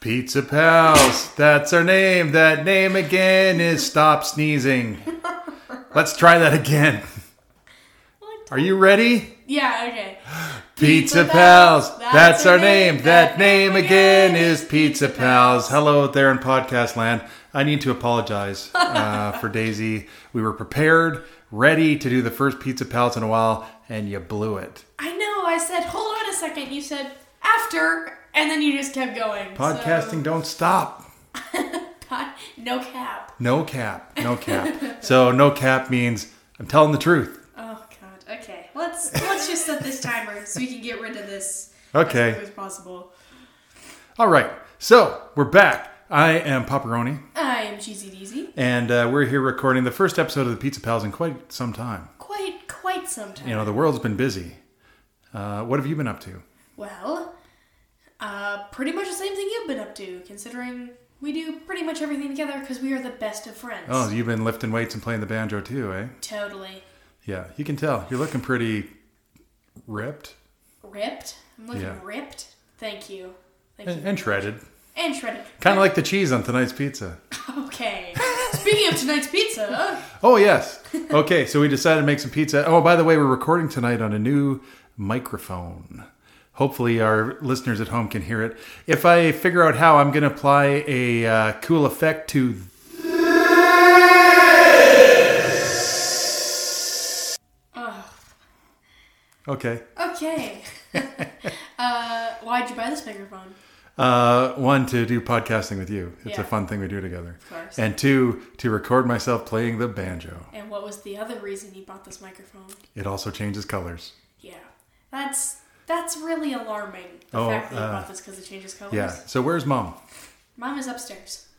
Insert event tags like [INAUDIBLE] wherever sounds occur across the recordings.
Pizza Pals, that's our name. That name again is Stop Sneezing. Let's try that again. Are you ready? Yeah, okay. Pizza Pals, that's our name. That name again is Pizza Pals. Hello there in podcast land. I need to apologize [LAUGHS] uh, for Daisy. We were prepared, ready to do the first Pizza Pals in a while, and you blew it. I know, I said, hold on a second. You said, after, and then you just kept going. So- Podcasting don't stop. Pod- no cap. No cap. No cap. so, no cap means I'm telling the truth. Oh, God. Okay, let's let's just set this timer so we can get rid of this Okay. as quick as possible. All right. So, we're back. I am Paparoni. I am Cheesy Deezy. And uh, we're here recording the first episode of the Pizza Pals in quite some time. Quite, quite some time. You know, the world's been busy. Uh, what have you been up to? Well, uh, pretty much the same thing you've been up to, considering we do pretty much everything together because we are the best of friends. Oh, you've been lifting weights and playing the banjo too, eh? Totally. Yeah, you can tell. You're looking pretty ripped Ripped? I'm looking Yeah. ripped. Thank you. Thank you. and, and shredded. And shredded. Kind of like the cheese on tonight's pizza. Okay. Speaking of tonight's pizza, Oh, yes. Okay, so we decided to make some pizza. Oh, by the way, we're recording tonight on a new microphone. Hopefully, our listeners at home can hear it. If I figure out how, I'm going to apply a uh, cool effect to. Ugh. Okay. [LAUGHS] okay. uh, why'd you buy this microphone? Uh, one, to do podcasting with you. It's a Yeah. fun thing we do together. Of course. And two, to record myself playing the banjo. And what was the other reason you bought this microphone? It also changes colors. Yeah. That's that's really alarming. The Oh, fact that you uh, bought this because it changes colors. Yeah. So, where's mom? Mom [LAUGHS] is upstairs. [LAUGHS]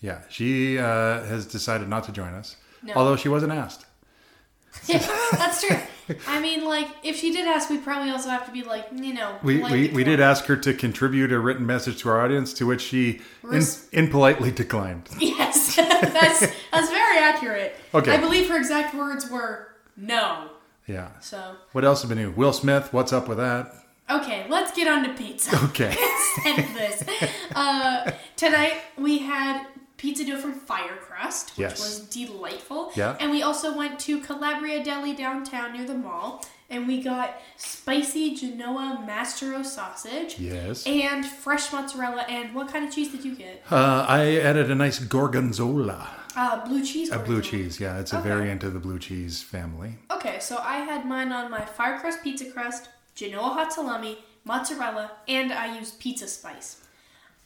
Yeah. She uh, has decided not to join us, No. although she wasn't asked. that's true. I mean, like, if she did ask, we probably also have to be like, you know, We, like we, the we did [LAUGHS] cat. ask her to contribute a written message to our audience, to which she in, Res- impolitely declined. Yes, [LAUGHS] that's that's very accurate. Okay. I believe her exact words were no. Yeah. So What else has been new? Will Smith, what's up with that? [LAUGHS] okay, let's get on to pizza. Okay. [LAUGHS] Instead of this, uh, tonight we had pizza dough from Firecrust, which Yes. was delightful. Yeah. And we also went to Calabria Deli downtown near the mall, and we got spicy Genoa Mastro sausage. Yes. And fresh mozzarella, and what kind of cheese did you get? Uh, I added a nice gorgonzola. Uh, blue cheese. A or blue something. cheese, yeah. It's a Okay. variant of the blue cheese family. Okay, so I had mine on my fire crust pizza crust, Genoa hot salami, mozzarella, and I used pizza spice.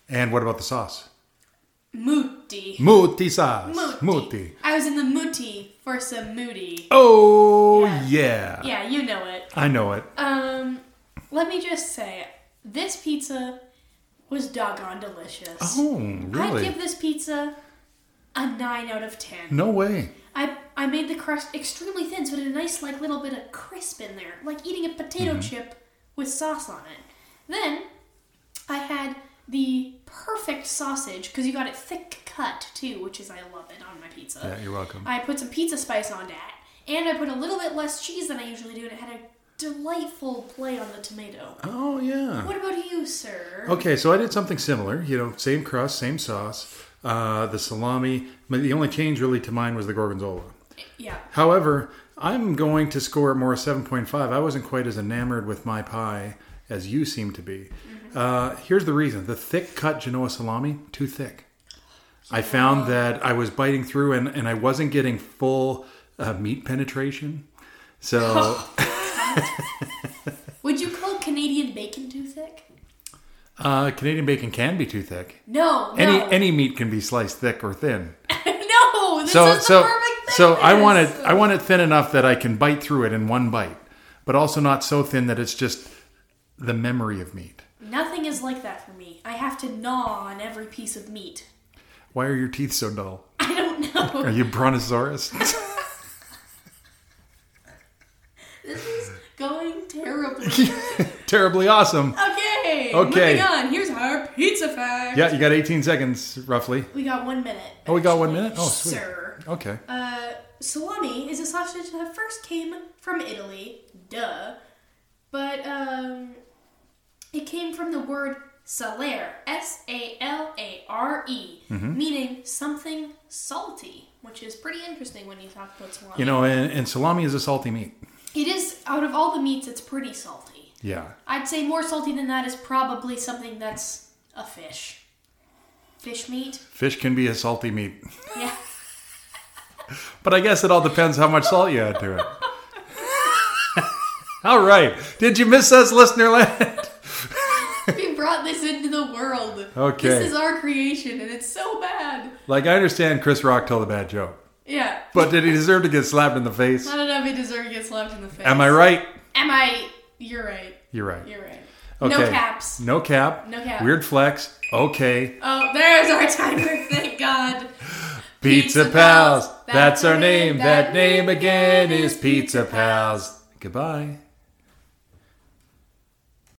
And what about the sauce? Mutti. Muti sauce. I was in the mutti for some moody. Oh, yeah. Yeah. Yeah, you know it. I know it. Um, let me just say, this pizza was doggone delicious. Oh, I'd really? give this pizza a 9 out of 10. no way. I, I made the crust extremely thin, so it had a nice like little bit of crisp in there, like eating a Mm-hmm. potato chip with sauce on it. Then I had the perfect sausage because you got it thick cut too, which is I love it on my pizza. Yeah, you're welcome. I put some pizza spice on that, and I put a little bit less cheese than I usually do, and it had a delightful play on the tomato. Oh, yeah. What about you, sir? Okay, so I did something similar. You know, same crust, same sauce, uh, the salami. But the only change really to mine was the gorgonzola. Yeah. However, I'm going to score more a 7.5. I wasn't quite as enamored with my pie as you seem to be. Uh, here's the reason the thick cut Genoa salami, too thick. I found that I was biting through and, and I wasn't getting full uh, meat penetration. So, Would you call Canadian bacon too thick? uh, Canadian bacon can be too thick. No, Any, no, any meat can be sliced thick or thin. [LAUGHS] no. This so is the so perfect thing. so I for want this. it I want it thin enough that I can bite through it in one bite, but also not so thin that it's just the memory of meat. Nothing is like that for me. I have to gnaw on every piece of meat. [LAUGHS] Why are your teeth so dull? I don't Are [LAUGHS] know. you brontosaurus? [LAUGHS] this is going terribly. [LAUGHS] Terribly awesome. Okay. Okay. Moving on. Here's our pizza fact. Yeah, you got 18 seconds roughly. We got one minute. Oh, we got one minute. Oh, actually, sweet. Sir. Okay. Uh, salami is a sausage that first came from Italy. Duh. But um, it came from the word Salaire, S A L A R E, Mm-hmm. meaning something salty, which is pretty interesting when you talk about salami. You know, and, and salami is a salty meat. it is, out of all the meats, it's pretty salty. Yeah. I'd say more salty than that is probably something that's a fish. Fish meat? Fish can be a salty meat. Yeah. [LAUGHS] But I guess it all depends how much salt you add to it. [LAUGHS] all right. Did you miss us, listener land? [LAUGHS] we brought this into the world. Okay. This is our creation and it's so bad. Like, I understand Chris Rock told a bad joke, Yeah. but did he deserve to get slapped in the face? I don't know if he deserves to get slapped in the face. Am I right? Am I? You're right. You're right. You're right. Okay. No caps. No cap. No cap. Weird flex. Okay. Oh, there's our timer. Thank God. Pizza Pals. That's our name. That name again is Pizza Pals. Goodbye.